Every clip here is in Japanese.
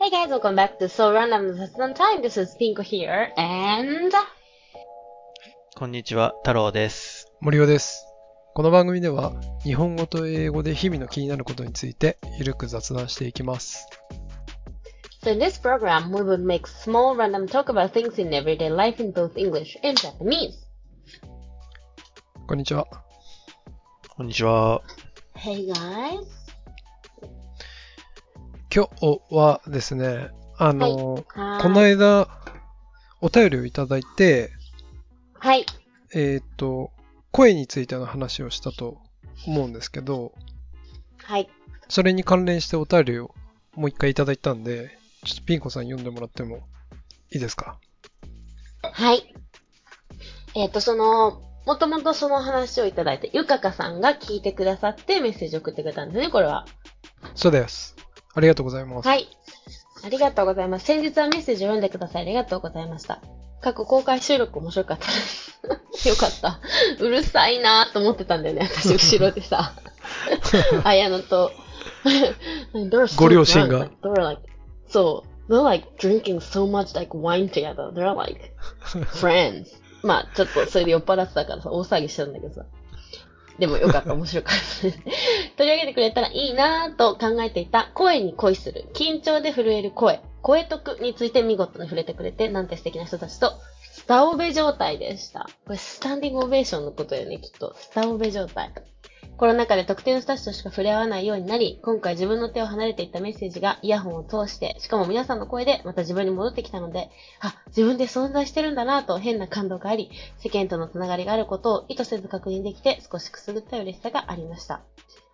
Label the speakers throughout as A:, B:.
A: Hey guys, welcome back to So Random That's Not Time. This is Pinko here, and
B: こんにちは、太郎です。
C: 森尾です。この番組では日本語と英語で日々の気になることについてゆるく雑談していきます。
A: so in this program, we will make small random talk about things in everyday life in both English and Japanese.
C: こんにちは。
B: こんにちは。
A: Hey guys.
C: 今日はですね、あの、
A: は
C: この間お便りをいただいて、
A: はい。
C: えっ、と、声についての話をしたと思うんですけど、
A: はい。
C: それに関連してお便りをもう一回いただいたんで、ちょっとピン子さん読んでもらってもいいですか
A: はい。えっ、と、その、もともとその話をいただいて、ゆかかさんが聞いてくださってメッセージを送ってくれたんですね、これは。
C: そうです。ありがとうございます。
A: はい。ありがとうございます。先日はメッセージを読んでください。ありがとうございました。過去公開収録面白かったです。 よかった。うるさいなーと思ってたんだよね。私、後ろでさ。 あやのと。
C: ご両親が
A: They're like,そう。They're like drinking so much like wine together. They're like friends. まあ、ちょっとそれで酔っ払ってたからさ、大騒ぎしてたんだけどさ。でもよかった、面白かった です。取り上げてくれたらいいなぁと考えていた声に恋する、緊張で震える声、声得について見事に触れてくれて、なんて素敵な人たちと、スタオベ状態でした。これスタンディングオベーションのことだよね、きっと。スタオベ状態。コロナ禍で特定の人たちとしか触れ合わないようになり、今回自分の手を離れていったメッセージがイヤホンを通して、しかも皆さんの声でまた自分に戻ってきたので、あ、自分で存在してるんだなぁと変な感動があり、世間とのつながりがあることを意図せず確認できて少しくすぐった嬉しさがありました。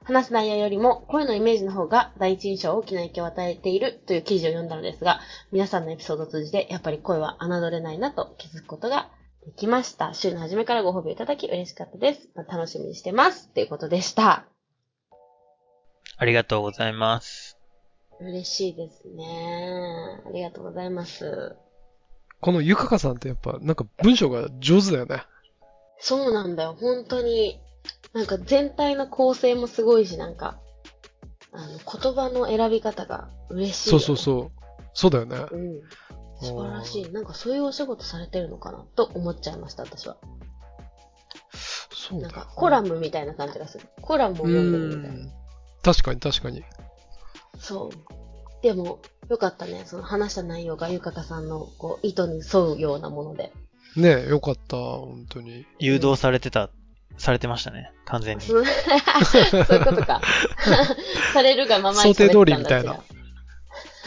A: 話す内容よりも声のイメージの方が第一印象を大きな影響を与えているという記事を読んだのですが、皆さんのエピソードを通じてやっぱり声は侮れないなと気づくことができました。週の初めからご褒美いただき嬉しかったです。まあ楽しみにしてます。ということでした。
B: ありがとうございます。
A: 嬉しいですね。ありがとうございます。
C: このゆかかさんってやっぱなんか文章が上手だよね。
A: そうなんだよ、本当に。なんか全体の構成もすごいし、なんか、あの、言葉の選び方が嬉しい、
C: そうそうそう。そうだよね。
A: う。うん。素晴らしい。なんかそういうお仕事されてるのかなと思っちゃいました、私は。
C: そう
A: なん
C: だよ
A: かコラムみたいな感じがする。コラムを
C: う
A: 読んでるみたいな。
C: ん。確かに確かに。
A: そう。でも、よかったね。その話した内容がゆかかさんのこう意図に沿うようなもので。
C: ねえ、よかった、本当に。
B: 誘導されてた、されてましたね。完全に。
A: そうそういうことか。 されるがままに
C: 想定通りみたいな
A: 喋ってんだ。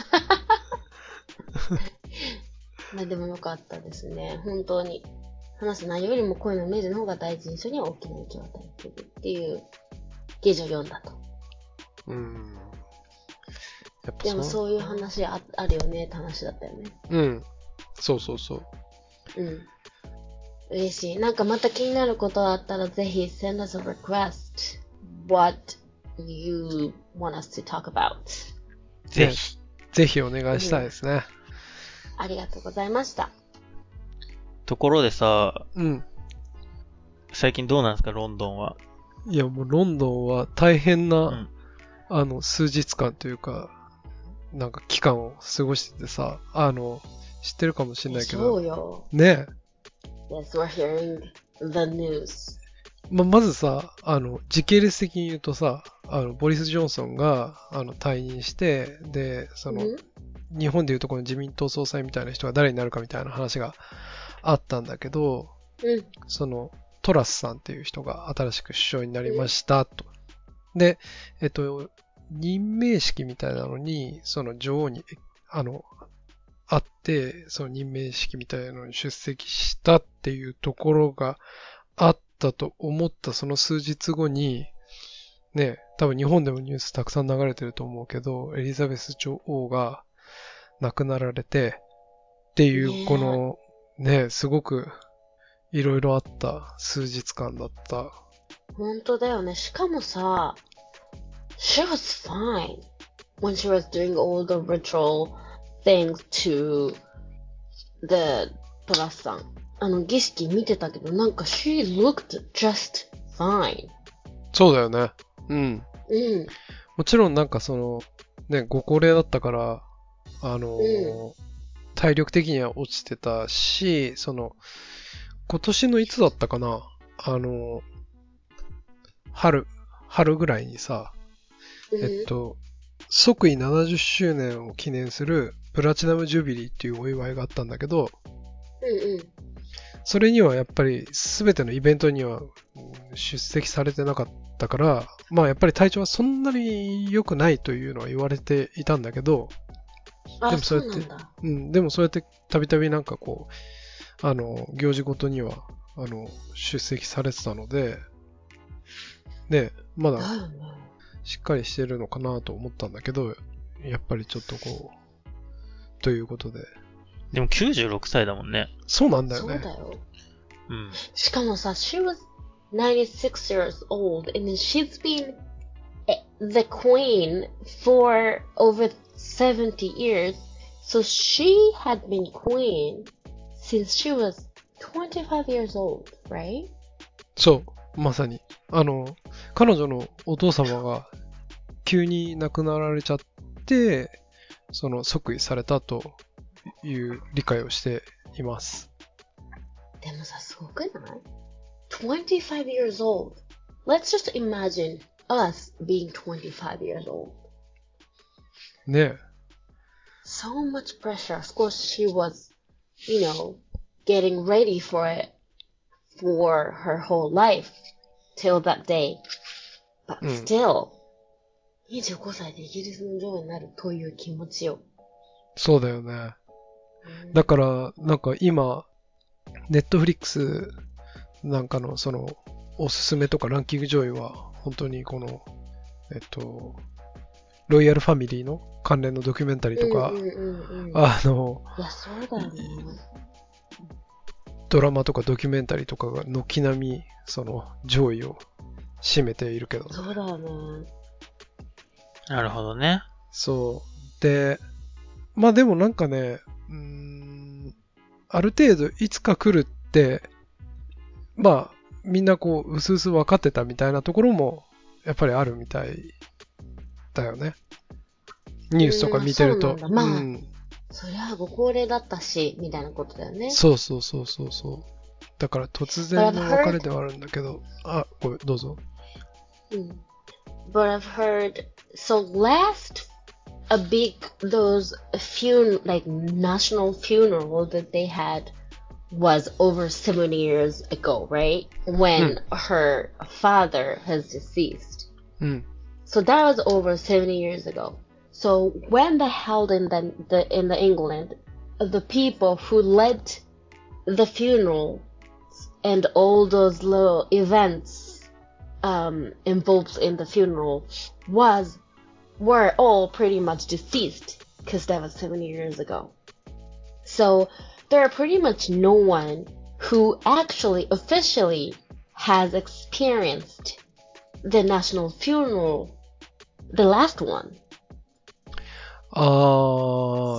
A: 違う まあでもよかったですね。本当に。話す内容よりも声のイメージの方が第一印象には大きな影響を与えているっていう記事を読んだと。
C: うん。やっぱ
A: でもそういう話ああるよねって話だったよね。
C: うん。そうそうそう。
A: うん。嬉しい。なんかまた気になることあったらぜひ send us a request. What you want us to talk about.
B: ぜひ。
C: ぜひお願いしたいですね。
A: ありがとうございました。
B: ところでさ、
C: うん。
B: 最近どうなんですか、ロンドンは。
C: いや、もうロンドンは大変な、
B: ん
C: あの、数日間というか、なんか期間を過ごしててさ、あの、知ってるかもしれないけ
A: そう
C: ど、
A: よ。
C: ねえ、
A: Yes, we're hearing the news.
C: ま、まずさ、あの、時系列的に言うとさ、あの、ボリス・ジョンソンが、あの、退任して、で、その、
A: うん
C: 日本でいうとこの自民党総裁みたいな人が誰になるかみたいな話があったんだけど、
A: うん。
C: そのトラスさんっていう人が新しく首相になりましたと。で、えっと、任命式みたいなのに、その女王に、えあの、会って、その任命式みたいなのに出席したっていうところがあったと思ったその数日後に、ね、多分日本でもニュースたくさん流れてると思うけど、エリザベス女王が亡くなられて、ってい
A: ねえ
C: う、この、ね、すごくいろいろあった数日間だった。
A: 本当だよね。しかもさ、she was fine when she was doing all the ritual things to the トラスさん。あの儀式見てたけど、なんか she looked just fine.
C: そうだよね。うん。
A: うん。
C: もちろんなんかその、ね、ご高齢だったから、あの、
A: う
C: 体力的には落ちてたし、その、今年のいつだったかなあの、春、春ぐらいにさ、えっと、即位70周年を記念するプラチナムジュビリーっていうお祝いがあったんだけど、
A: うんうん。
C: それにはやっぱり全てのイベントにはうん出席されてなかったから、まあやっぱり体調はそんなに良くないというのは言われていたんだけど、
A: あ、で
C: でも
A: も
C: そ
A: そうう
C: や
A: や
C: っ
A: ってて。なんだ。
C: うん、でもそうやってたびたびなんかこう、あの、行事ごとには、あの、出席されてたので、ね、ま
A: だ
C: だ
A: よね。
C: しっかりしてるのかなと思ったんだけど、やっぱりちょっとこう、ということで。
B: でも96歳だもんね。
C: そうなんだよ
A: そう
C: ね。
A: だよ。
B: うん。
A: しかもさ、she was 96 years old and then she's been the queen for over 70 years. So she had been queen since she was 25 years old, right?
C: そう、まさに。あの、彼女のお父様が急に亡くなられちゃって、その即位されたという理解をしています。
A: でもさ、すごくない ?25 years old. Let's just imagine us being 25 years old.
C: ね
A: So much pressure. Of course, she was, you know, getting ready for it for her whole life till that day. But
C: うん
A: still, 25歳でイギリスの女王になるという気持ちよ。
C: そうだよね。
A: うん
C: だから、なんか今、ネットフリックスなんかのその、おすすめとかランキング上位は、本当にこの、えっと、ロイヤルファミリーの関連のドキュメンタリーとか
A: うん、うんうんうん、い
C: あの、
A: や、そうだよね。
C: ドラマとかドキュメンタリーとかが軒並みその上位を占めているけどね
A: そうだよね。
B: なるほどね。
C: そうでまあでもなんかねうーんある程度いつか来るってまあみんなこううすうす分かってたみたいなところもやっぱりあるみたいだよねニュースとか見てると
A: うんそうなんだまあ
C: ん
A: そりゃあご高齢だったし、みたいなことだよね。
C: そうそうそうそうそうだから突然の別れではあるんだけどあごめんどうぞ
A: But I've heard so last a big those fun like national funeral that they had was over seven years ago, right? When her father has deceased.
C: うん
A: So that was over 70 years ago. So when they held in the, the in the England, the people who led the funeral and all those little events um, involved in the funeral was were all pretty much deceased because that was 70 years ago. So there are pretty much no one who actually officially has experienced the national funeral, the last one.
C: ああ、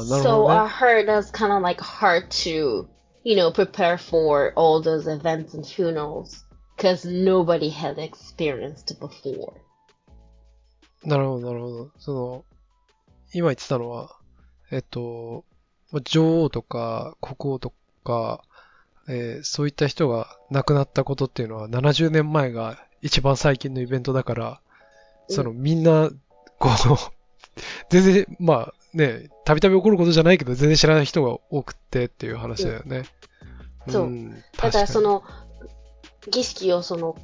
C: なる
A: so
C: ほど
A: I
C: ね。
A: heard that's kind of like hard to, you know, prepare for all those events and funerals because nobody had experienced before.
C: なるほど、なるほど。その、今言ってたのは、えっと、まあ女王とか国王とか、えーそういった人が亡くなったことっていうのは70年前が一番最近のイベントだから、そのみんな、この、 全然、まあね、たびたび起こることじゃないけど、全然知らない人が多くてっていう話だよね。、
A: うんそうんだ
C: 確
A: か
C: からに
A: そ、の儀式をその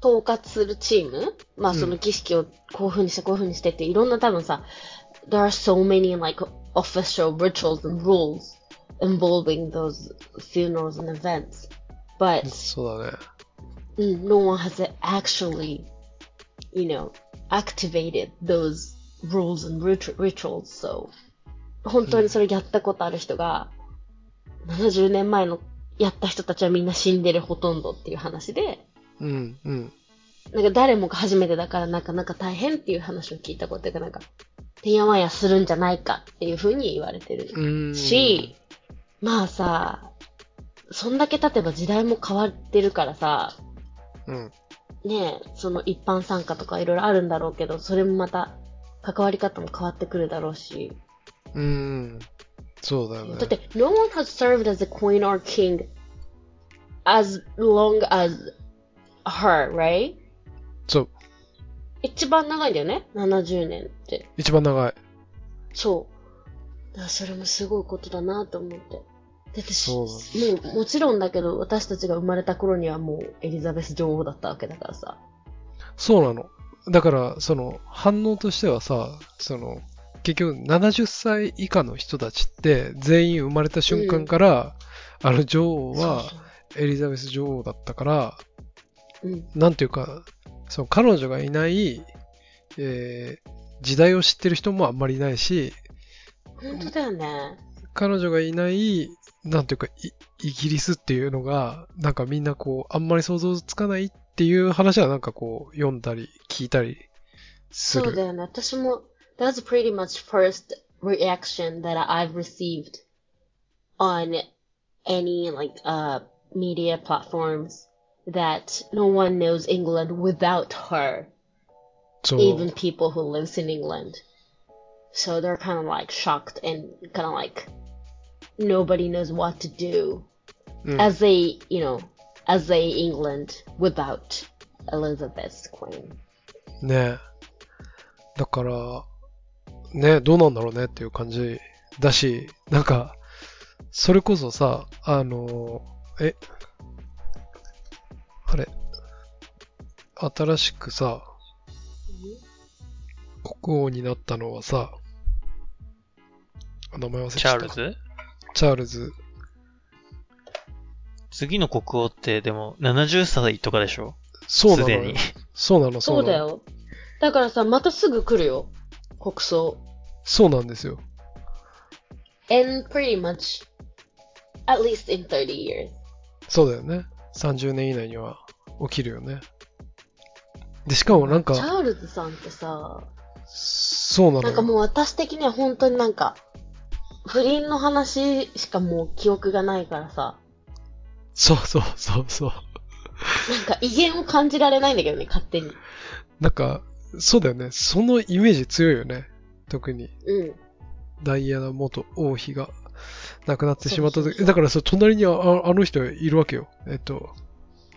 A: 統括するチーム、まあ
C: うん
A: その儀式をこういうふうにしてこういうふうにしてっていろんな多分さ、there are so many like official rituals and rules involving those funerals and events, but
C: そうだね。
A: mm, no one has actually, you know, activated those rules and rit- rituals. So 本当にそれやったことある人が、70年前のやった人たちはみんな死んでるほとんどっていう話で、
C: うん、うん。
A: なんか誰もが初めてだからなかなか大変っていう話を聞いたことがなんか、てんやわんやするんじゃないかっていうふうに言われてる
C: うーん。
A: し、まあさ、そんだけ経てば時代も変わってるからさ、
C: うん。
A: ねえ、その一般参加とかいろいろあるんだろうけど、それもまた関わり方も変わってくるだろうし、
C: うん。そうだよね。
A: だって、no one has served as a queen or king as long as her, right?
C: そう。
A: 一番長いんだよね ?70 年って。
C: 一番長い。
A: そう。だからそれもすごいことだなと思って。だってし
C: そう
A: もうもちろんだけど、私たちが生まれた頃にはもうエリザベス女王だったわけだからさ。
C: そうなの。だから、その、反応としてはさ、その、結局70歳以下の人たちって、全員生まれた瞬間から、あの女王は
A: そう
C: エリザベス女王だったから、
A: そううん。
C: なんていうか、その彼女がいない、えー時代を知ってる人もあんまりいないし、
A: 本当だよね。
C: 彼女がいない、なんていうか、イイギリスっていうのが、なんかみんなこう、あんまり想像つかないっていう話はなんかこう、読んだり、聞いたり
A: そ
C: す
A: うだ
C: る。
A: よね。私も、that's pretty much first reaction that I've received on any like uh media platforms that no one knows England without her,
C: そう
A: even people who lives in England. So they're kind of like shocked and kind of like nobody knows what to do
C: うん
A: as a, you know, as a England without Elizabeth's queen.
C: ねだから、ねどうなんだろうねっていう感じだし、なんか、それこそさ、あの、え、あれ、新しくさ、国王になったのはさ、名前忘れちゃった。
B: チャールズ
C: チャールズ。
B: 次の国王って、でも、70歳とかでしょ
C: そうなの
B: す
C: よ
B: でに。
C: そうなの、
A: そうだ
C: なの。
A: よ。だからさ、またすぐ来るよ。国葬。
C: そうなんですよ。
A: And pretty much, at least in 30 years.
C: そうだよね。30年以内には起きるよね。で、しかもなん
A: チ
C: か、
A: ャールズさんってさ、
C: そうなの
A: なんか
C: よ。
A: もう私的には本当になんか、不倫の話しかもう記憶がないからさ、
C: そうそうそうそう。
A: なんか威厳を感じられないんだけどね、勝手に。
C: なんか、そうだよね。そのイメージ強いよね。特に、
A: うん。
C: ダイアナ元王妃が亡くなってしまっ
A: そ
C: た
A: うそう
C: 時。
A: そう
C: だからそう、隣にはああの人いるわけよ。えっと、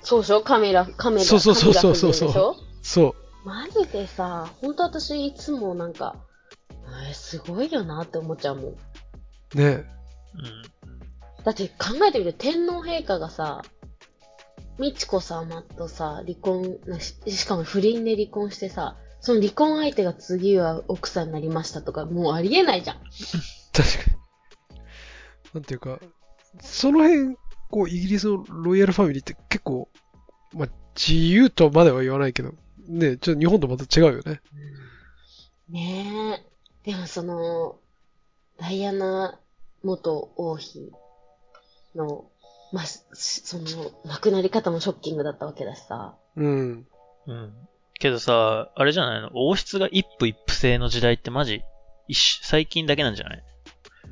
A: そうでしょカメラ、カメラ、
C: そうそうそうそうそう
A: カメラ夫人でしょ
C: そう。
A: マジでさ、本当私いつもなんか、えーすごいよなって思っちゃうもん。
B: う
C: ね
B: ん。
A: だって考えてみて、天皇陛下がさ、美智子様とさ、離婚、なししかも不倫で離婚してさ、その離婚相手が次は奥さんになりましたとか、もうありえないじゃん。
C: 確かに。なんていうか、その辺、こう、イギリスのロイヤルファミリーって結構、まあ、自由とまでは言わないけど、ね、ちょっと日本とまた違うよね。
A: ねえ。でもその、ダイアナ元王妃の、まあ、しその、亡くなり方もショッキングだったわけだしさ。
C: うん。
B: うん。けどさ、あれじゃないの王室が一夫一夫制の時代ってマジ、一瞬最近だけなんじゃない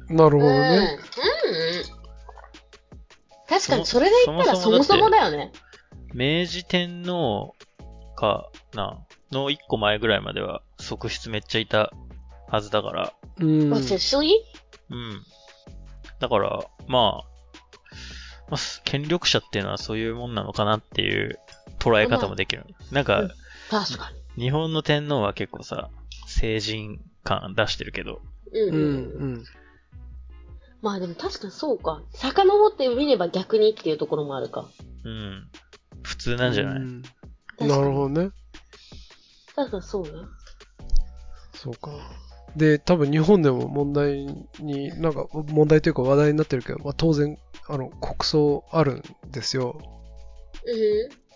C: な
A: うん。
C: るほ
A: う
C: ど
A: ん
C: ね。。
A: 確かに、それで言ったらそ
B: そ
A: も
B: も
A: そ
B: そ
A: も
B: も
A: だよね。
B: 明治天皇かな、の一個前ぐらいまでは側室めっちゃいたはずだから、
C: うん。
A: Officially?
B: うん。だから、まあ、まあ、す権力者っていうのはそういうもんなのかなっていう捉え方もできる。なん
A: う
B: か
A: ん、確かに。
B: 日本の天皇は結構さ、成人感出してるけど、
A: うん
C: う
A: うん
C: ん、
A: うん。
C: うん。
A: まあでも確かにそうか。遡ってみれば逆にっていうところもあるか。
B: うん。普通なんじゃない、
C: うん
A: 確かに
C: なるほどね。
A: 確かにそうね。
C: そうか。で、多分日本でも問題に、なんか問題というか話題になってるけど、まあ、当然、あの、国葬あるんですよ。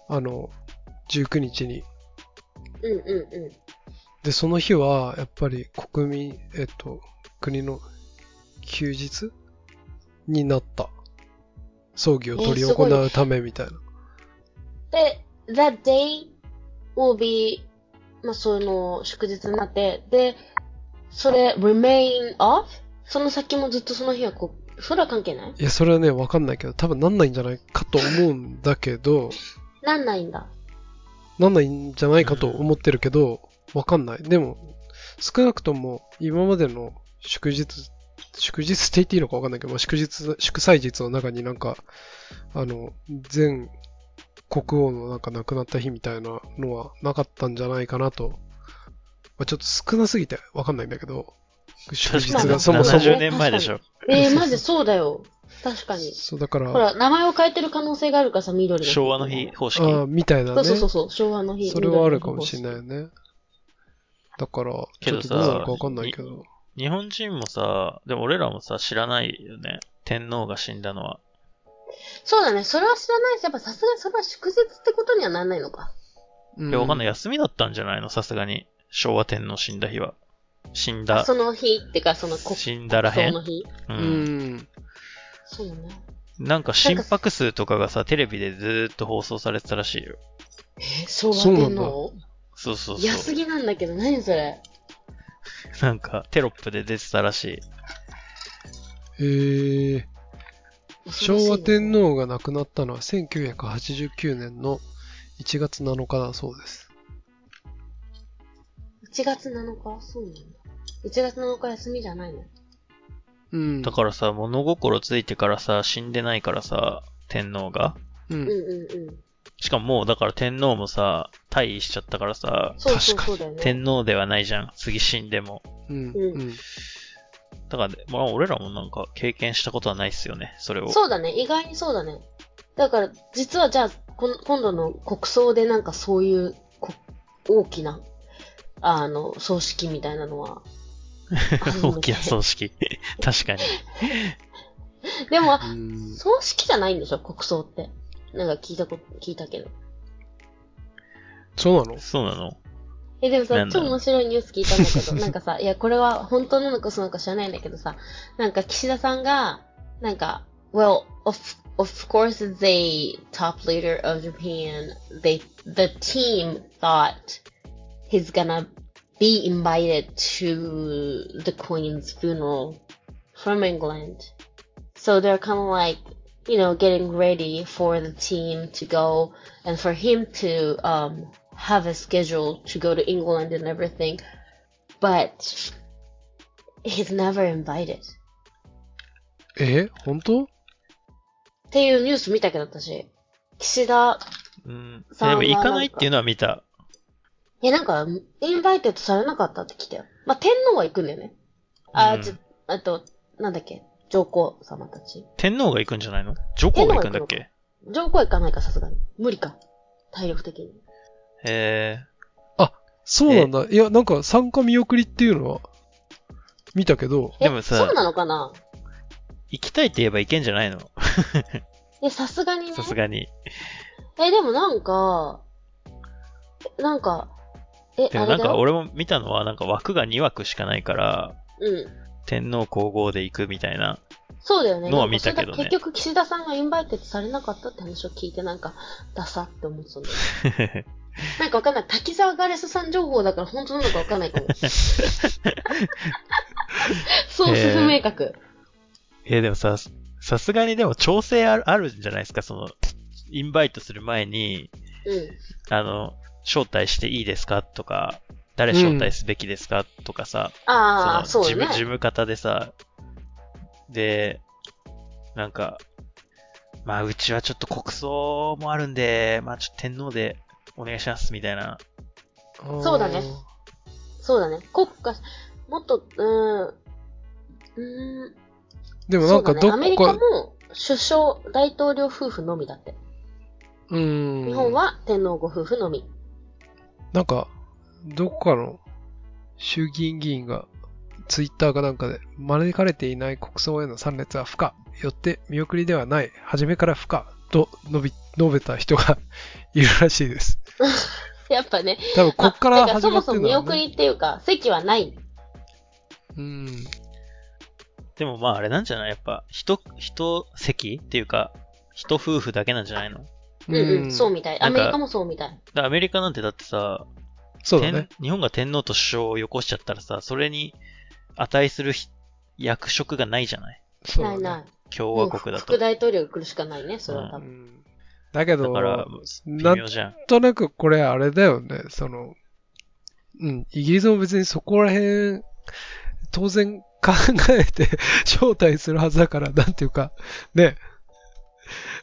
C: あの、19日に。
A: うん。うんうんうん。
C: で、その日は、やっぱり国民、えっと、国の休日になった。葬儀を執り
A: えーすごいね
C: 行うためみたいな。
A: で、that day will be, まあその祝日になって、で、それ remain off? その先もずっとその日はこう、それは関係ない
C: いや、それはね、わかんないけど、多分なんないんじゃないかと思うんだけど、
A: なんないんだ。
C: なんないんじゃないかと思ってるけど、わかんない。でも、少なくとも今までの祝日祝日って言っていいのかわかんないけど、まあ、祝日、祝祭日の中になんか、あの、全国王のなんか亡くなった日みたいなのはなかったんじゃないかなと、まあ、ちょっと少なすぎてわかんないんだけど、祝日
A: 確か
C: が
A: に
C: そもそも
A: 確か
B: 70
A: に、
B: 年前でしょ。
A: え ー、マジそうだよ。確かに。
C: そうだから、
A: ほら、名前を変えてる可能性があるからさ、緑の日
B: 昭和の日方式。
C: ああ、みたい
A: そ
C: なね。
A: うそうそうそう、昭和の日。。
C: それはあるかもしれないいよね。だから、
B: け
C: ちょっ
B: ど
C: と
B: さ
C: どうなのかわかんないけど。
B: 日本人もさ、でも俺らもさ、知らないよね。天皇が死んだのは。
A: そうだね、それは知らないし、やっぱさすがにそれは祝日ってことにはならないのか。
C: う
B: いや、わかんない。休みだったんじゃないのさすがに。昭和天皇死んだ日は。死んだ、
A: その日ってか、その国
B: 死んだらへ
A: 葬
B: ん
A: の。日。
B: う。
C: うんん。
A: そうだね。
B: なんか心拍数とかがさ、テレビでずーっと放送されてたらしいよ。
A: え、昭和
C: そうな
A: 天
C: んだ
A: 皇
B: そうそう
A: 嫌す
B: そう。
A: ぎなんだけど、何それ。
B: なんか、テロップで出てたらしい。
C: えー、昭和天皇が亡くなったのは1989年の1月7日だそうです。
A: 1月7日そうなんだ。1月7日休みじゃないの。
C: うん。
B: だからさ、物心ついてからさ、死んでないからさ、天皇が。
C: う
A: うんう
C: ん。
A: んうん。
B: しかももう、だから天皇もさ、退位しちゃったからさ、
A: そうそう
C: 確
A: そ
C: かに
A: うだよね。
B: 天皇ではないじゃん。次死んでも。
C: う
A: う
C: ん。
A: ん
C: うん。
B: だからね、まあ俺らもなんか経験したことはないっすよね。それを。
A: そうだね、意外にそうだね。だから、実はじゃあ、この今度の国葬でなんかそういうこ大きな、あの、葬式みたいなの は。
B: 大きな葬式。 確かに。
A: でも、
C: うん
A: 葬式じゃないんでしょ、国葬って。なんか聞いたこと、聞いたけど。
C: そうなの
B: そうなの
A: え、でも
B: な
A: さ、
B: んだ
A: 超
B: ろう
A: 面白いニュース聞いたんだけど、なん かさ、いや、これは本当なのかそうなのか知らないんだけどさ、なんか岸田さんが、なんか、well, of, of course the top leader of Japan, they, the team thought he's gonna be invited to the Queen's funeral from England. So they're kind of like, you know, getting ready for the team to go and for him to um, have a schedule to go to England and everything. But he's never invited.
C: え本当
A: っていうニュース見たけど私。岸田、
B: うん。
A: さあ
B: でも行かないっていうのは見た。
A: いやなんか、インバイテッドされなかったって来たよ。まあ、天皇は行くんだよね。あ、
B: うん
A: ちょ、あと、なんだっけ、上皇様たち。
B: 天皇が行くんじゃないの上皇が行くんだっ
A: 天
B: け
A: 上皇は行かないか、さすがに。無理か。体力的に。
B: え
C: そうなんだ。いや、なんか参加見送りっていうのは見たけど、
A: え
B: でもさ
A: そうなのかな
B: ー、行きたいって言えば行けんじゃないの
A: え、さすがにね
B: さ。すがに。
A: え、でもなんか、なんか、え、
B: で
A: あ
B: も
A: れ
B: なん
A: だよ
B: か俺も見たのはなんか枠が2枠しかないから、
A: うん。
B: 天皇皇后で行くみたいな。
A: そうだよね。
B: のは
A: なんか
B: 見たけどね
A: それだ結局、岸田さんがインバイテッドされなかったって話を聞いて、なんか、ダサって思っ てたんだよ。なんかわかんない。滝沢ガレスさん情報だから本当なのかわかんないか も。そう、
B: へー
A: 不明確。
B: えー、でもさ、さすがにでも調整あるあるんじゃないですかその、インバイトする前に、
A: うん。
B: あの、招待していいですかとか、誰招待すべきですか、とかさ、
A: ああ、
B: そ
A: そう
B: の
A: だ
B: 事務、事
A: ね。
B: 務方でさ、で、なんか、まあうちはちょっと国葬もあるんで、まあちょっと天皇でお願いしますみたいな。
A: そうだねそうだね。国家、もっと、うーん。うーん。
C: でもなんか
A: そ
C: ど
A: うだね、アメ
C: っ
A: リカ
C: か、
A: も首相、大統領夫婦のみだって。
C: うん。
A: 日本は天皇ご夫婦のみ。
C: なんか、どこかの衆議院議員が、ツイッターかなんかで、招かれていない国葬への参列は不可。よって見送りではない。初めから不可。と述べ述べた人が いるらしいです。
A: やっぱね。
C: 多分こっか
A: まあ
C: ら
A: だ
C: 始まって
A: そもそ
C: るん
A: も見
C: だろう
A: 送
C: ね。
A: りっていうか、席はない。
C: うん。
B: でもまああれなんじゃないやっぱ、人、人席っていうか、人夫婦だけなんじゃないのだか
A: うんうん、そうみたい。アメリ
B: なん
A: カ
B: か
A: もそうみたい。
B: らアメリカなんてだってさ、
C: そうだね。
B: 天日本が天皇と首相をよこしちゃったらさ、それに値するひ役職がないじゃない
C: そうだ
A: な
C: ね
A: いない。
B: 共和国だ
A: もう
B: と。
A: 副大統領が来るしかないね、それは多
C: う
A: 分。
C: んだけ
B: だ
C: ど、
B: から、
C: な
B: 微
C: ん
B: 妙じゃん。
C: となくこれあれだよね、その、うん、イギリスも別にそこら辺、当然考えて 招待するはずだから、なんていうか、ね。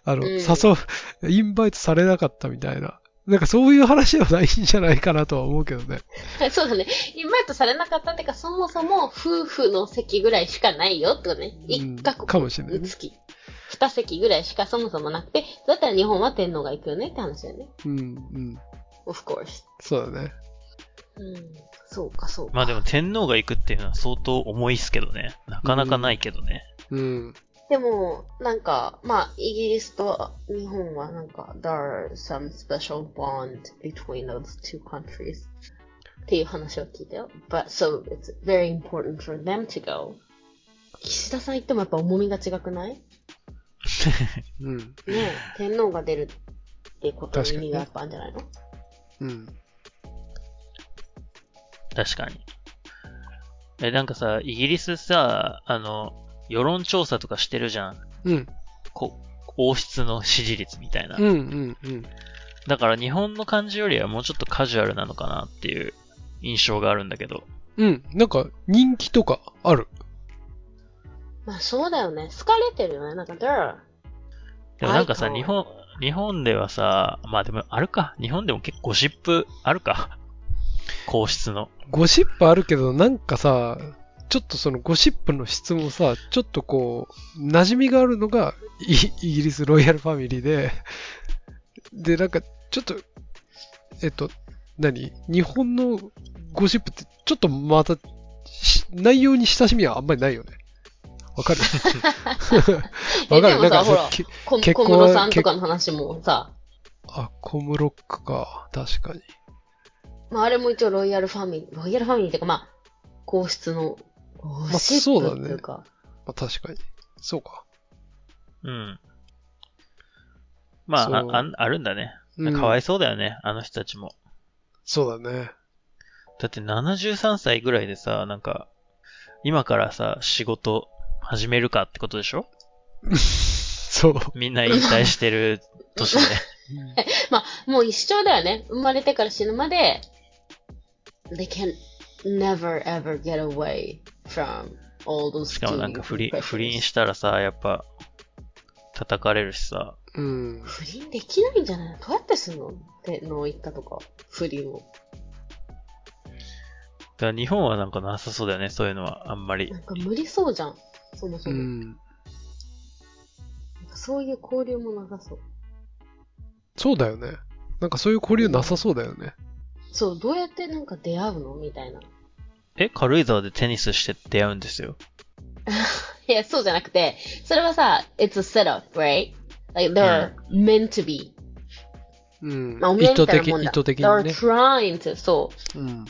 C: あの、
A: うん
C: 誘う、インバイトされなかったみたいな。なんかそういう話はないんじゃないかなとは思うけどね。
A: そうだね。インバイトされなかったってか、そもそも夫婦の席ぐらいしかないよってことね。
C: うん
A: 一カ国
C: かもしれないね
A: につき。二席ぐらいしかそもそもなくて、だったら日本は天皇が行くよねって話だよね。
C: うん、うん。
A: of course。
C: そうだね。
A: うん。そうか、そうか。
B: まあでも天皇が行くっていうのは相当重いっすけどね。なかなかないけどね。
C: うん。
A: でも、なんか、まあ、イギリスと日本はなんか、there are some special bond between those two countries っていう話を聞いたよ。But, so it's very important for them to go. 岸田さん言ってもやっぱ重みが違くない
C: うん。
A: ね え、天皇が出るってことに
C: 確
A: 意
C: かにね
A: 味がやっぱあるんじゃないの、
C: うん。
B: 確かに。え、なんかさ、イギリスさ、あの、世論調査とかしてるじゃん。
C: うん。
B: こ王室の支持率みたいな。
C: うん。うん。うん。
B: だから日本の感じよりはもうちょっとカジュアルなのかなっていう印象があるんだけど。
C: うん。なんか、人気とかある。
A: まあそうだよね。好かれてるよね。なんか、there are
B: でもなんか
A: は
B: さ、
A: い
B: 日本、日本ではさ、まあでもあるか。日本でも結構ゴシップあるか。皇室の。
C: ゴシップあるけど、なんかさ、ちょっとそのゴシップの質もさ、ちょっとこう、馴染みがあるのがイイギリスロイヤルファミリーで、で、なんか、ちょっと、えっと、何日本のゴシップって、ちょっとまた、し内容に親しみはあんまりないよね。わかるわか
A: えで
C: る
A: も
C: な
A: さ
C: んか
A: ほら
C: き
A: こ
C: 結
A: 小
C: 婚
A: 室さんとかの話もさ、
C: あ、コムロックか。確かに。
A: まああれも一応ロイヤルファミリー、ロイヤルファミリーっていうかまあ、皇室の、皇室
C: そうだ
A: っ
C: ね
A: ていうか、
C: まあ、確かに。そうか。
B: うん。まあ、
C: そう
B: ああんあるんだね。
C: うん
B: かわいそうだよね、あの人たちも。
C: そうだね。
B: だって73歳ぐらいでさ、なんか、今からさ、仕事始めるかってことでしょ
C: そう。
B: みんな引退してる年で。
A: もう一生だよね。生まれてから死ぬまで、they can never ever get away from all those
B: しかもなんか不倫
A: duties and
B: 不倫
A: pressures
B: したらさ、やっぱ、叩かれるしさ。
C: うん。
A: 不倫できないんじゃないのどうやってすんのっての一家とか、不倫を。
B: だから日本はなんかなさそうだよね、そういうのは、あんまり
A: な。んか無理そうじゃん。そもそうも。
C: ん。
A: そういう交流もなさそう。
C: そうだよね。なんかそういう交流なさそうだよね。
A: そう、どうやってなんか出会うのみたいな。
B: え、軽井沢でテニスして出会うんですよ。
A: いや、そうじゃなくて、それはさ、it's a setup, right? Like, they're meant to be.
C: うん
A: まあ、お見合いみ
C: 意図
A: たいな
C: 的、
A: もん
C: 意
A: だ。
C: 図的に
A: they're
C: ね。
A: trying to, そう。
C: うん。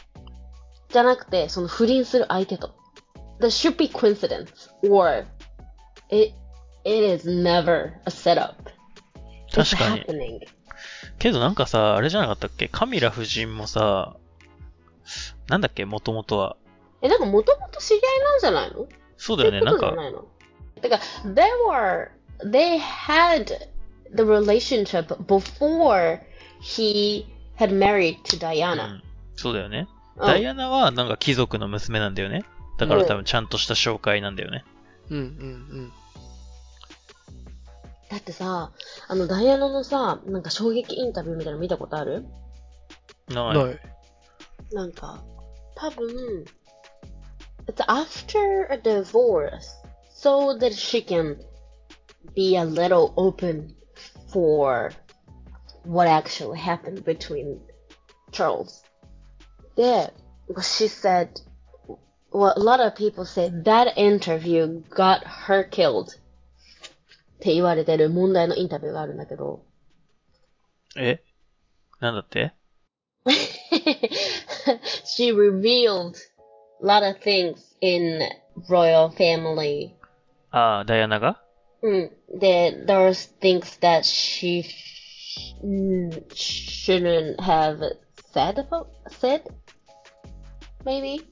A: じゃなくて、その不倫する相手と。There should be coincidence, or it, it is never a setup.
B: 確かに
A: It's。happening.
B: けどなんかさ、あれじゃなかったっけカミラ夫人もさ、なんだっけもともとは。
A: え、なんかもともと知り合いなんじゃないの
B: そ
A: そ
B: うだ
A: う
B: よ
A: い
B: ね、
A: うことじゃ
B: なんか、
A: ないのてか、they were, they had the relationship before he had married to
B: う
A: Diana.
B: ん、そうだよね。
A: うん
B: ダイアナはなんか貴族の娘なんだよね。だから多分ちゃんとした紹介なんだよね。
C: うんうん
A: だってさ、あのダイアナのさ、なんか衝撃インタビューみたいなの見たことある
C: う。
B: なんい。
C: ない。
A: なんか、多分、it's after a divorce so that she can be a little open for what actually happened between Charles. で、she said, well, a lot of people say that interview got her killed. って言われてる問題のインタビューがあるんだけど。
B: えなんだって
A: she revealed a lot of things in royal family.
B: ああ、ダイアナが
A: Mm, there there's things that she sh- mm, shouldn't have said about said, maybe.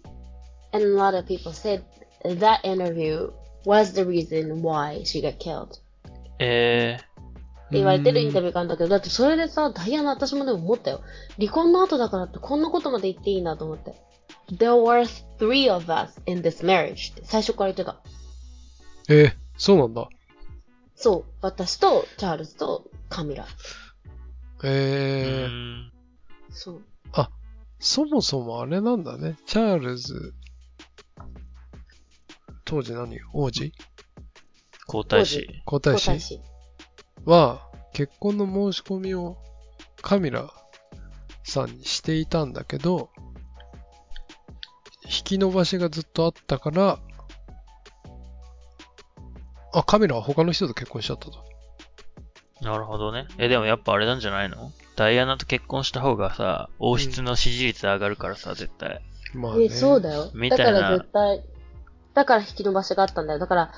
A: And a lot of people said that interview was the reason why she got killed.
B: え
A: って言われてるインタビューがあるんだけど、だってそれでさ、ダイアナ私もでも思ったよ。離婚の後だからってこんなことまで言っていいなと思って。 there were three of us in this marriage って最初から言ってた。
C: えー、そうなんだ。
A: そう、私とチャールズとカミラ。
B: う
C: えー、
B: ーん。
A: そう。
C: そもそもあれなんだね。チャールズ、当時何王子
B: 皇太子。
C: 皇
A: 皇
C: 太子
A: 太子。
C: は結婚の申し込みをカミラさんにしていたんだけど、引き伸ばしがずっとあったから、あ、カミラは他の人と結婚しちゃったと。
B: なるほどね。え、でもやっぱあれなんじゃないのダイアナと結婚した方がさ、王室の支持率上がるからさ、絶対。
C: まあ
A: え、
C: ね。
A: そうだよ。
B: み
A: だ
B: たい
A: か
B: な
A: ら絶対、だから引き伸ばしがあったんだよ。だから、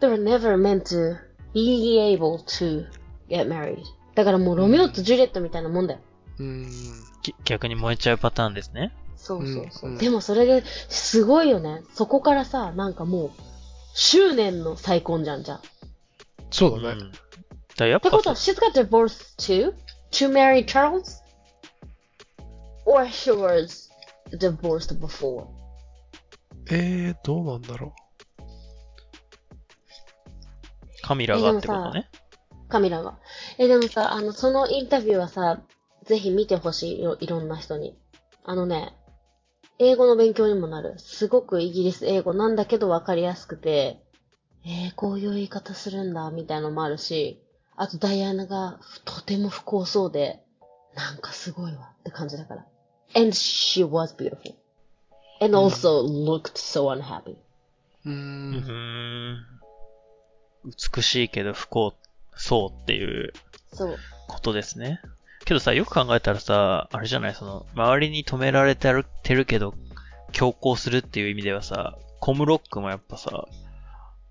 A: they were never meant to be able to get married. だからもうロミオとジュリエットみたいなもんだよ。
C: うーん。
B: き逆に燃えちゃうパターンですね。
A: そうそうそう。
C: うんうん
A: でもそれで、すごいよね。そこからさ、なんかもう、執念の再婚じゃんじゃん。っ
C: そううだね。
B: ん。だやってぱ
A: ことは、
B: さ、
A: she's got divorced too? To marry Charles? Or she was divorced before?
C: えー、どうなんだろ
B: カミラがってことね。
A: カミラが。え、でもさ、あの、そのインタビューはさ、ぜひ見てほしいよ、いろんな人に。あのね、英語の勉強にもなる。すごくイギリス英語なんだけどわかりやすくて、えー、こういう言い方するんだ、みたいのもあるし、あとダイアナがとても不幸そうで、なんかすごいわって感じだから。And she was beautiful. And also looked so unhappy.
C: う。う
B: う
C: ー。
B: んーん。美しいけど不幸そうっていう
A: そう。
B: ことですね。けどさ、よく考えたらさ、あれじゃない、その、周りに止められてるてるけど、強行するっていう意味ではさ、コムロックもやっぱさ、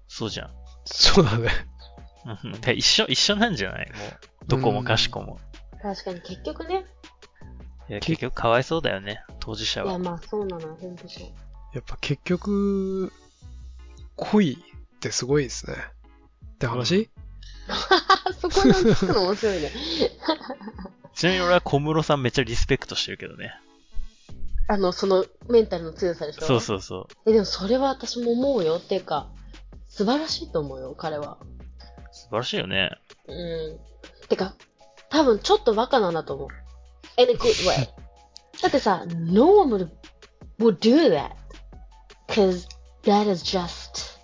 B: そうじゃん。
C: そうだね。
B: うんで一緒、一緒なんじゃないもう、どこもかしこも。
A: 確かに結局ね。
B: いや、結局かわいそうだよね、当事者
A: いや、
B: は。
A: まあそうなのよ、本当そう。
C: やっぱ結局、恋ってすごいですね。って話、
A: あそこの聞くの面白い ね。
B: ちなみに俺は小室さんめっちゃリスペクトしてるけどね。
A: あの、そのメンタルの強さでしょ
B: そうそうそ
A: え、でもそれは私も思うよ。っていうか、素晴らしいと思うよ、彼は。
B: う。素晴らしいよね。
A: うん。てか、多分ちょっとバカなんだと思う。in a good way. だってさ、no one would, would do that. Cause that is just,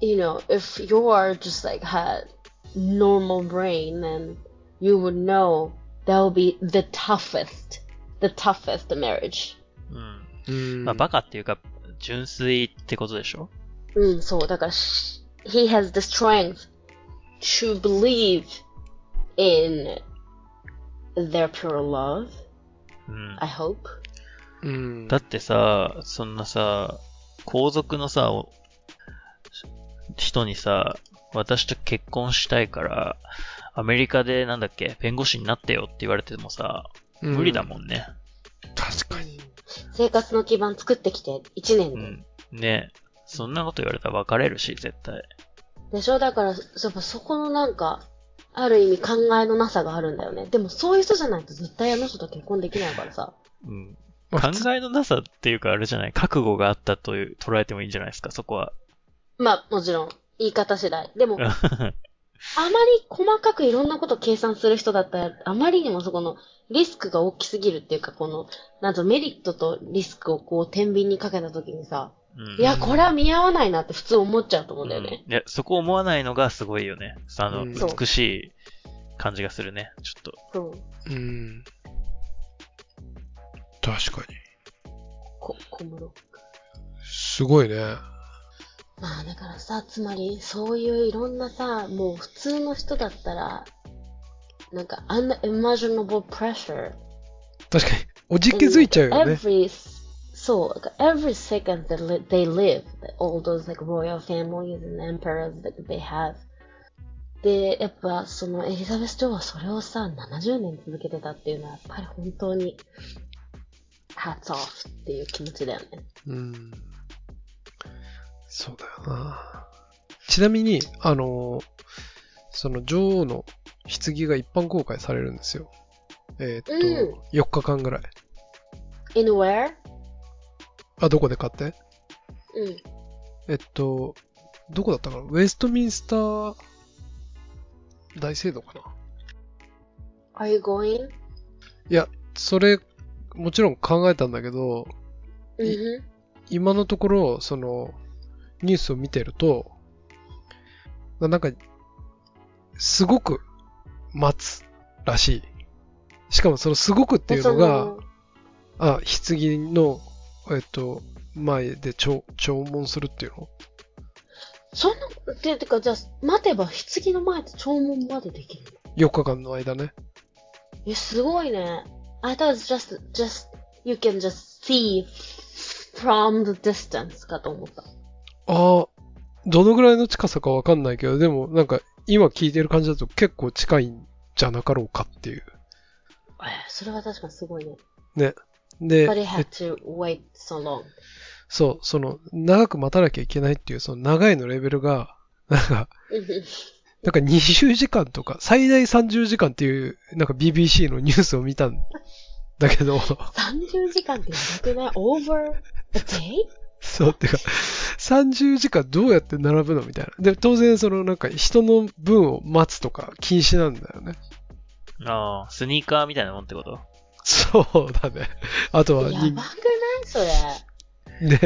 A: you know, if you are just like had normal brain, then you would know that would be the toughest, the toughest marriage.
B: うん。
C: うーん
B: まあ、バカっていうか、純粋ってことでしょ
A: うん、そう。だから、し he has the strength to believe in their pure love,
B: うん。
A: I hope.
C: うん。
B: だってさ、そんなさ、皇族のさ、お人にさ、私と結婚したいから、アメリカでなんだっけ、弁護士になってよって言われてもさ、無理だ
C: ん。
B: もんね。
C: 確かに。
A: 生活の基盤作ってきて、1年
B: う
A: で。
B: ん。ねそんなこと言われたら別れるし、絶対。
A: でしょだから、そやっぱそこのなんか、ある意味考えのなさがあるんだよね。でもそういう人じゃないと絶対あの人と結婚できないからさ。
B: うん。
C: まあ普通
B: 考えのなさっていうか、あれじゃない、覚悟があったという、捉えてもいいんじゃないですか、そこは。
A: まあ、もちろん、言い方次第。でも、あまり細かくいろんなことを計算する人だったら、あまりにもそこのリスクが大きすぎるっていうか、この、なんとメリットとリスクをこう、天秤にかけたときにさ、
B: うん
A: いや、これは見合わないなって普通思っちゃうと思うんだよね。
B: うんいや、そこ思わないのがすごいよね。あの、
C: うん
B: 美しい感じがするね。ちょっと。
A: そう。
C: うん。確かに。
A: こ、小室。
C: すごいね。
A: まあ、だからさ、つまり、そういういろんなさ、もう普通の人だったら、なんか、あんな imaginable pressure
C: 確かに。おじけづいちゃうよね。
A: Every, そう、every second that li- they live, all those like royal families and emperors that they have. で、やっぱそのエリザベス女王はそれをさ、70年続けてたっていうのは、やっぱり本当に、hats off っていう気持ちだよね。
C: うん。そうだよな。ちなみに、あの、その女王の棺が一般公開されるんですよ。えーっと、
A: うん
C: 4日間ぐらい。
A: in where?
C: あ、どこで買って
A: うん。
C: えっと、どこだったかなウェストミンスター大聖堂かな
A: Are you going?
C: それ、もちろん考えたんだけど、
A: うん。
C: 今のところ、その、ニュースを見てると、ななんか、すごく待つらしい。しかもそのすごくっていうのが、あ、棺の、えっと、前で弔弔問するっていうの
A: その、その、て、てか、じゃあ、待てば、棺の前って弔問までできる
C: ?4 日間の間ね。
A: え、すごいね。I thought it's just, just, you can just see from the distance かと思った。
C: ああ、どのぐらいの近さかわかんないけど、でもなんか今聞いてる感じだと結構近いんじゃなかろうかっていう。
A: えーそれは確かにすごいね。
C: で、
A: But it
C: え
A: had to wait so long.
C: そう、その、長く待たなきゃいけないっていう、その長いのレベルが、なんか、なんか20時間とか、最大30時間っていう、なんか BBC のニュースを見たんだけど、
A: 30時間ってやばくない ?over a day?
C: そう、てか、30時間どうやって並ぶのみたいな。で、当然、その、なんか、人の分を待つとか禁止なんだよね。
B: ああ、スニーカーみたいなもんってこと
C: そうだね。あとは
A: やばく
C: 人
A: ない、それ。
C: ね、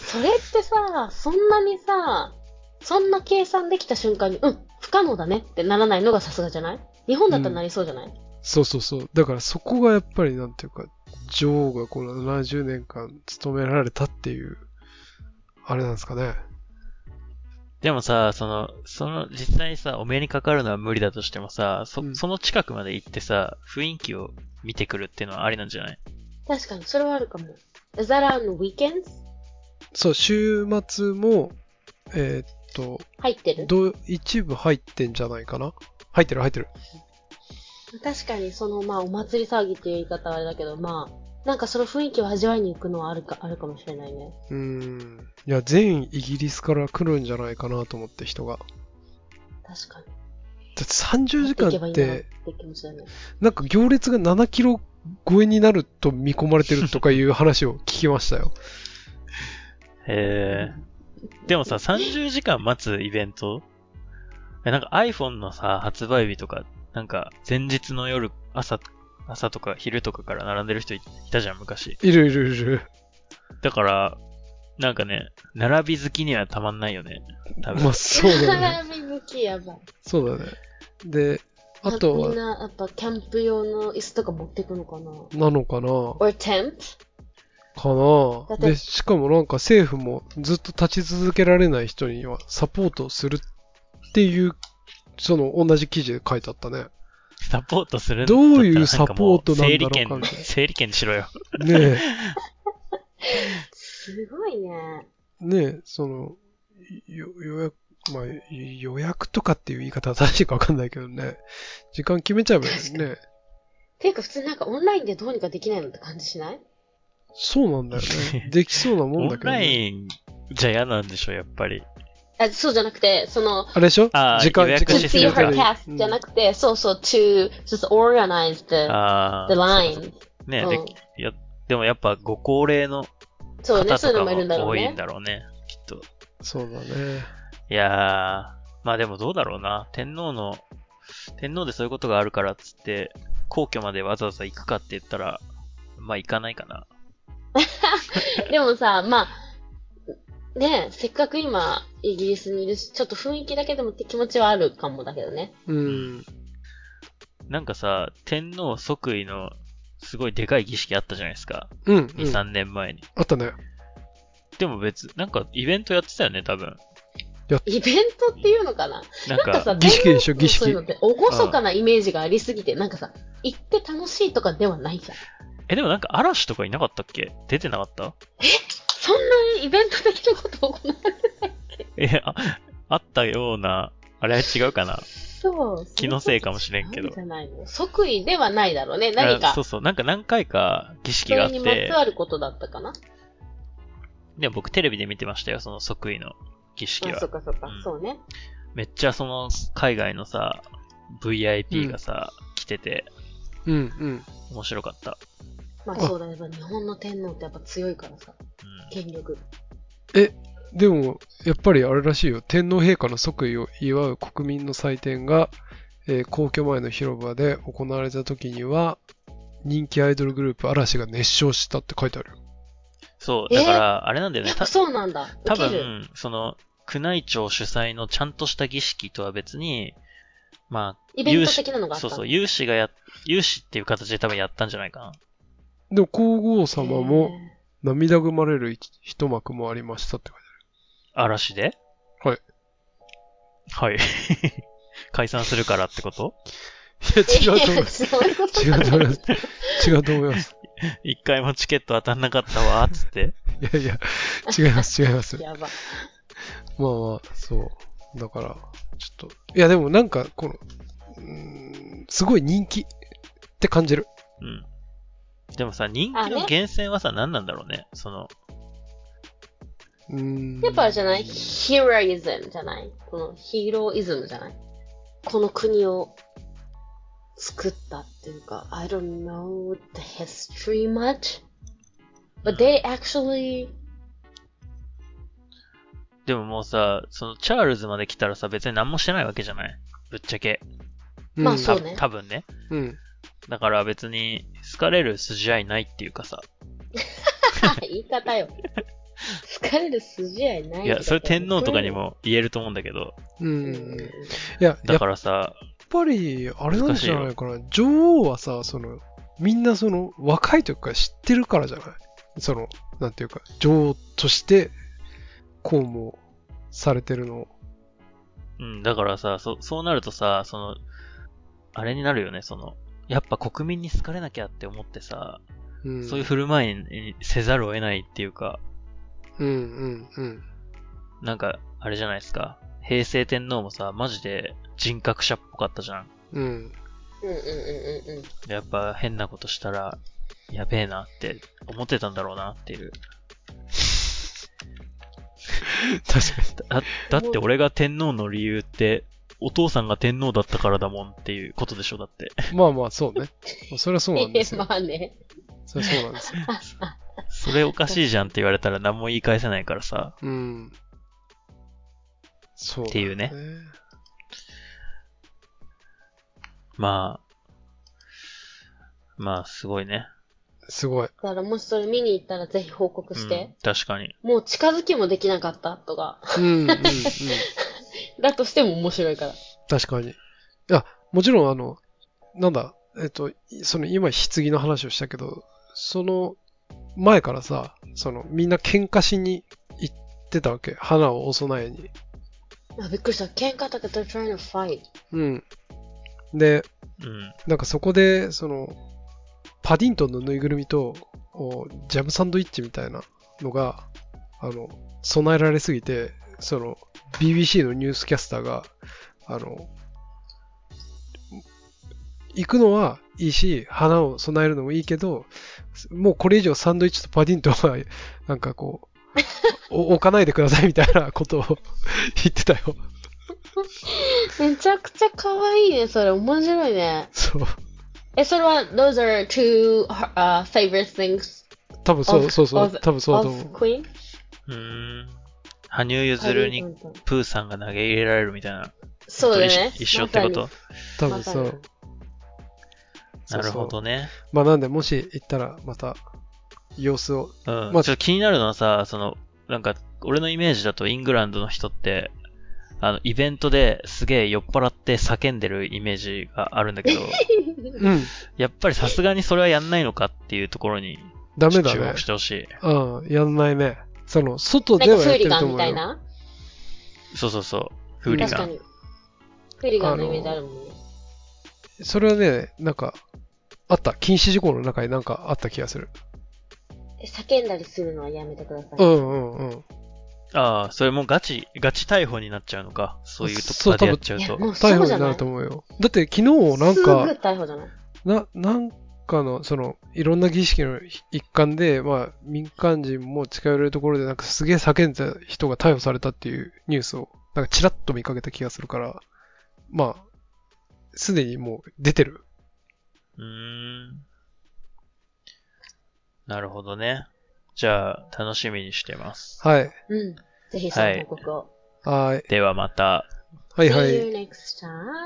A: それってさ、そんなにさ、そんな計算できた瞬間に、うん、不可能だねってならないのがさすがじゃない日本だったらなりそうじゃない、
C: そうそうそう。だから、そこがやっぱり、なんていうか、女王がこの70年間勤められたっていう、あれなんですかね。
B: でもさ、その、その、実際さ、お目にかかるのは無理だとしてもさ、そ、
C: うん
B: その近くまで行ってさ、雰囲気を見てくるっていうのはありなんじゃない
A: 確かに、それはあるかも。Is that on weekends?
C: そう、週末も、えーっと、
A: 入ってる
C: どう一部入ってんじゃないかな入ってる入ってる。
A: 確かに、その、まあ、お祭り騒ぎっていう言い方はあれだけど、まあ、なんかその雰囲気を味わいに行くのはあるか、あるかもしれないね。
C: うーん。いや、全イギリスから来るんじゃないかなと思って人が。だ
A: 確かに。
C: って30時間
A: 行けばい
C: っ
A: いなって
C: て、
A: 気持ちだね。
C: なんか行列が7キロ超えになると見込まれてるとかいう話を聞きましたよ。
B: へえ。でもさ、30時間待つイベントえ、なんか iPhone のさ、発売日とか、なんか、前日の夜、朝、朝とか昼とかから並んでる人いいたじゃん、昔。
C: いるいるいる。
B: だから、なんかね、並び好きにはたまんないよね。多分。
C: まあ、そう だね。
A: 並び向きやばい。
C: そうだね。で、あと
A: みん
C: は、
A: な、やっぱ、キャンプ用の椅子とか持ってくのかな
C: なのかな
A: ?or tent? だ
C: か
A: っ
C: な
A: て
C: で、しかもなんか政府もずっと立ち続けられない人にはサポートをするっていう、その同じ記事で書いてあったね。
B: サポートするんだ
C: ど
B: ったら
C: ういうサポートなんだろう
B: なんかもう整理
C: か
B: 券、整理券しろよ。
C: ね
A: すごいね。
C: え、ねえ、その、よ予約、まあ、予約とかっていう言い方は正しいかわかんないけどね。時間決めちゃえばいいのにね。
A: ていうか、普通なんかオンラインでどうにかできないのって感じしない
C: そうなんだよ ね。できそうなもん
B: オ
C: だ
B: ン
C: けど、
B: ラ
C: ね。
B: インじゃ嫌なんでしょ、やっぱり。
A: あそうじゃなくて、その、
C: あれでしょ
B: あー
C: 時間、
B: 予
C: 時
B: 約
A: to
C: 間
B: してす
A: see
B: るから
A: her cast じゃなくて、そうそう、to just organize the,
B: あ
A: the
B: あ。
A: line.
B: ね、
A: うん
B: でやでもやっぱご高齢の
A: そうね、
B: 方
A: そうい
B: と
A: うのも
B: か
A: いるんだ
B: も
A: ろう
B: 多いん
A: ね。
B: だろうね、きっと。
C: そうだね。
B: いやー、まあでもどうだろうな。天皇の、天皇でそういうことがあるからっつって、皇居までわざわざ行くかって言ったら、まあ行かないかな。
A: でもさ、まあ、ねえせっかく今、イギリスにいるし、ちょっと雰囲気だけでもって気持ちはあるかもだけどね。
C: うん。
B: なんかさ、天皇即位のすごいでかい儀式あったじゃないですか。
C: うん、うん。
B: 2、3年前に。
C: あったね。
B: でも別、なんかイベントやってたよね、多分。
A: イベントっていうのかな
B: な
A: な
B: ん
A: んか
B: か、
A: さ、
C: 儀式でし
A: 天
C: ょ
A: 皇
C: 儀式
A: そういうのって、おごそかなイメージがありすぎて、なんかさ、行って楽しいとかではないじゃん。
B: え、でもなんか嵐とかいなかったっけ出てなかった
A: そんなイベント的なこと行われてない。
B: え、あ、あったような、あれは違うかな。
A: そう。
B: 気のせいかもしれんけ
A: そうい
B: ど
A: うことじゃないの。即位ではないだろうね。何
B: あ
A: か
B: そう、そう、なんか何回か儀
A: そ
B: 式があ
A: れ
B: っ
A: にま
B: て
A: つ、わることだったかな。
B: でも僕テレビで見てましたよ、その即位の儀式
A: あ、そ
B: は
A: っ。かそっか
B: うん。
A: そうね。
B: めっちゃその海外のさ、VIP がさ、来てて、
C: うん、うん。
B: 面白かった。
A: まあ
C: あ
A: そうだけど、日本の天皇ってやっぱ強いからさ、権力。
C: でも、やっぱりあれらしいよ。天皇陛下の即位を祝う国民の祭典が、えー皇居前の広場で行われた時には、人気アイドルグループ嵐が熱唱したって書いてあるよ。
B: そう、
A: え
B: だから、あれなんだよ
A: や
B: ね。
A: っぱ
B: た
A: そうなんだ。
B: 多
A: 受ける。
B: 分、その、宮内庁主催のちゃんとした儀式とは別に、まあ、
A: イベント的なのがあった
B: そう
A: の。
B: そう、有志がや、有志っていう形で多分やったんじゃないかな。
C: でも、皇后様も
A: へー
C: 涙ぐまれる一一幕もありましたって書いて
B: 嵐で
C: はい。
B: はい。 解散するからってこと
C: ある。いや、違うと思います。
A: そういうこと
C: 違うと思います。違うと思います。
B: 一回もチケット当たんなかったわ、つって。
C: いやいや、違います、違います。
A: やば。
C: まあまあ、そう。だから、ちょっと。いや、でもなんか、この、うーん、すごい人気って感じる。
B: うん。でもさ、人気
A: あね
B: の源泉はさ、何なんだろうね。その、
C: うーん。
A: やっぱあれじゃないヒーロイズムじゃないこのヒーローイズムじゃないこの国を作ったっていうか、I don't know the history much, but they actually,
B: でももうさ、その、チャールズまで来たらさ、別に何もしてないわけじゃない。ぶっちゃけ。
C: うん
A: まあそ
B: た
A: うね
B: 多分ね。
C: うん。
B: だから別に、好かれる筋合いないっていうかさ。
A: 言い方よ。好かれる筋合いない
B: いや、それ天皇とかに。も言えると思うんだけど。
C: う。
A: うんん
C: いや、や
B: だ
C: っ
B: からさ、
C: ぱり、あれなんじゃないかな。女王はさ、その、みんなその、若い時から知ってるからじゃないその、なんていうか、女王として、公務をされてるのを。
B: うん、だからさ、そそうなるとさ、その、あれになるよね、その、やっぱ国民に好かれなきゃって思ってさ、
C: うん。
B: そういう振る舞いにせざるを得ないっていうか、
C: うんうんうん。
B: なんか、あれじゃないですか。平成天皇もさ、マジで人格者っぽかったじゃん。
C: うん。
A: うんうんうんうんうん。
B: やっぱ変なことしたら、やべえなって思ってたんだろうなっていう。
C: 確かに。
B: だだって俺が天皇の理由って、お父さんが天皇だったからだもんっていうことでしょ、だ って。
C: まあまあ、そうね。それはそうなんです よ。
A: まあね。
C: それはそうなんですよ。
B: それおかしいじゃんって言われたら何も言い返せないからさ。
C: うん。そう、
B: っていうね。まあ、まあ、すごいね。
C: すごい。
A: だからもしそれ見に行ったらぜひ報告して。
B: うん、確かに。
A: もう近づきもできなかったとか。
C: うんうんうん。
A: だとしても面白いから。
C: 確かに。いや、もちろん、あの、なんだ、えっと、その今、棺の話をしたけど、その前からさ、そのみんな喧嘩しに行ってたわけ。花をお供えに。
A: あびっくりした。喧嘩とか they're trying to fight.
C: うん。で、
B: うん。
C: なんかそこで、その、パディントンのぬいぐるみと、おジャムサンドイッチみたいなのが、あの、備えられすぎて、その、BBC のニュースキャスターが、あの、行くのはいいし、花を備えるのもいいけど、もうこれ以上サンドイッチとパディントンは、なんかこう、お置かないでくださいみたいなことを 言ってたよ。
A: めちゃくちゃ可愛いね、それ。面白いね。
C: そう。
A: え、それは、those are two、uh, favorite things
C: 多分そう、
A: of-
C: そうそう、
A: of-
C: 多分そうだと思
A: of
C: う。
A: Queen?
B: うーん。羽生結弦にプーさんが投げ入れられるみたいな。
A: そうだね。
B: 一一緒ってこと、
C: 多分そ
A: まさ
C: う。
B: なるほどね。
C: まあなんで、もし行ったら、また、様子を。
B: うん。
C: まあ
B: ちょっと気になるのはさ、その、なんか、俺のイメージだとイングランドの人って、あの、イベントですげえ酔っ払って叫んでるイメージがあるんだ けど、
C: うん。
B: やっぱりさすがにそれはやんないのかっていうところに
C: ダメ
B: 注
C: だね
B: 目し。てほしい。
C: うん。やんないね。その、外
A: な
C: で
A: んか
C: は
A: フ
C: や
A: ー
C: って
A: リ
C: る
A: ガ
C: と
A: ン
C: 思
A: み
C: う
A: たい
C: よ。
A: な
B: そうそうそう。フーリ
A: 確
B: ガ
A: か
B: ン。
A: に。フーリガンのイメージあるもんね。
C: それはね、なんか、あった。禁止事項の中になんかあった気がする。
A: え叫んだりするのはやめてください。
C: うんうんうん。
B: ああ、それもうガチ、ガチ逮捕になっちゃうのか。そういうと
C: そ
B: こま
C: う
B: でやっちゃう
A: いや、
B: と。
A: もうそ
C: 逮捕
A: うじゃ
C: にな
A: ない
C: ると思うよ。だって昨日なん
A: す
C: か、
A: ぐ逮捕じゃない
C: な、なんかの、その、いろんな儀式の一環で、まあ、民間人も近寄れるところで、なんかすげえ叫んでた人が逮捕されたっていうニュースを、なんかチラッと見かけた気がするから、まあ、すでにもう出てる。
B: うーん。なるほどね。じゃあ、楽しみにしてます。
C: はい。
A: うん。ぜひその報告を。
C: はい。
B: ではまた。
C: はいは
A: See
C: い
A: you。next time.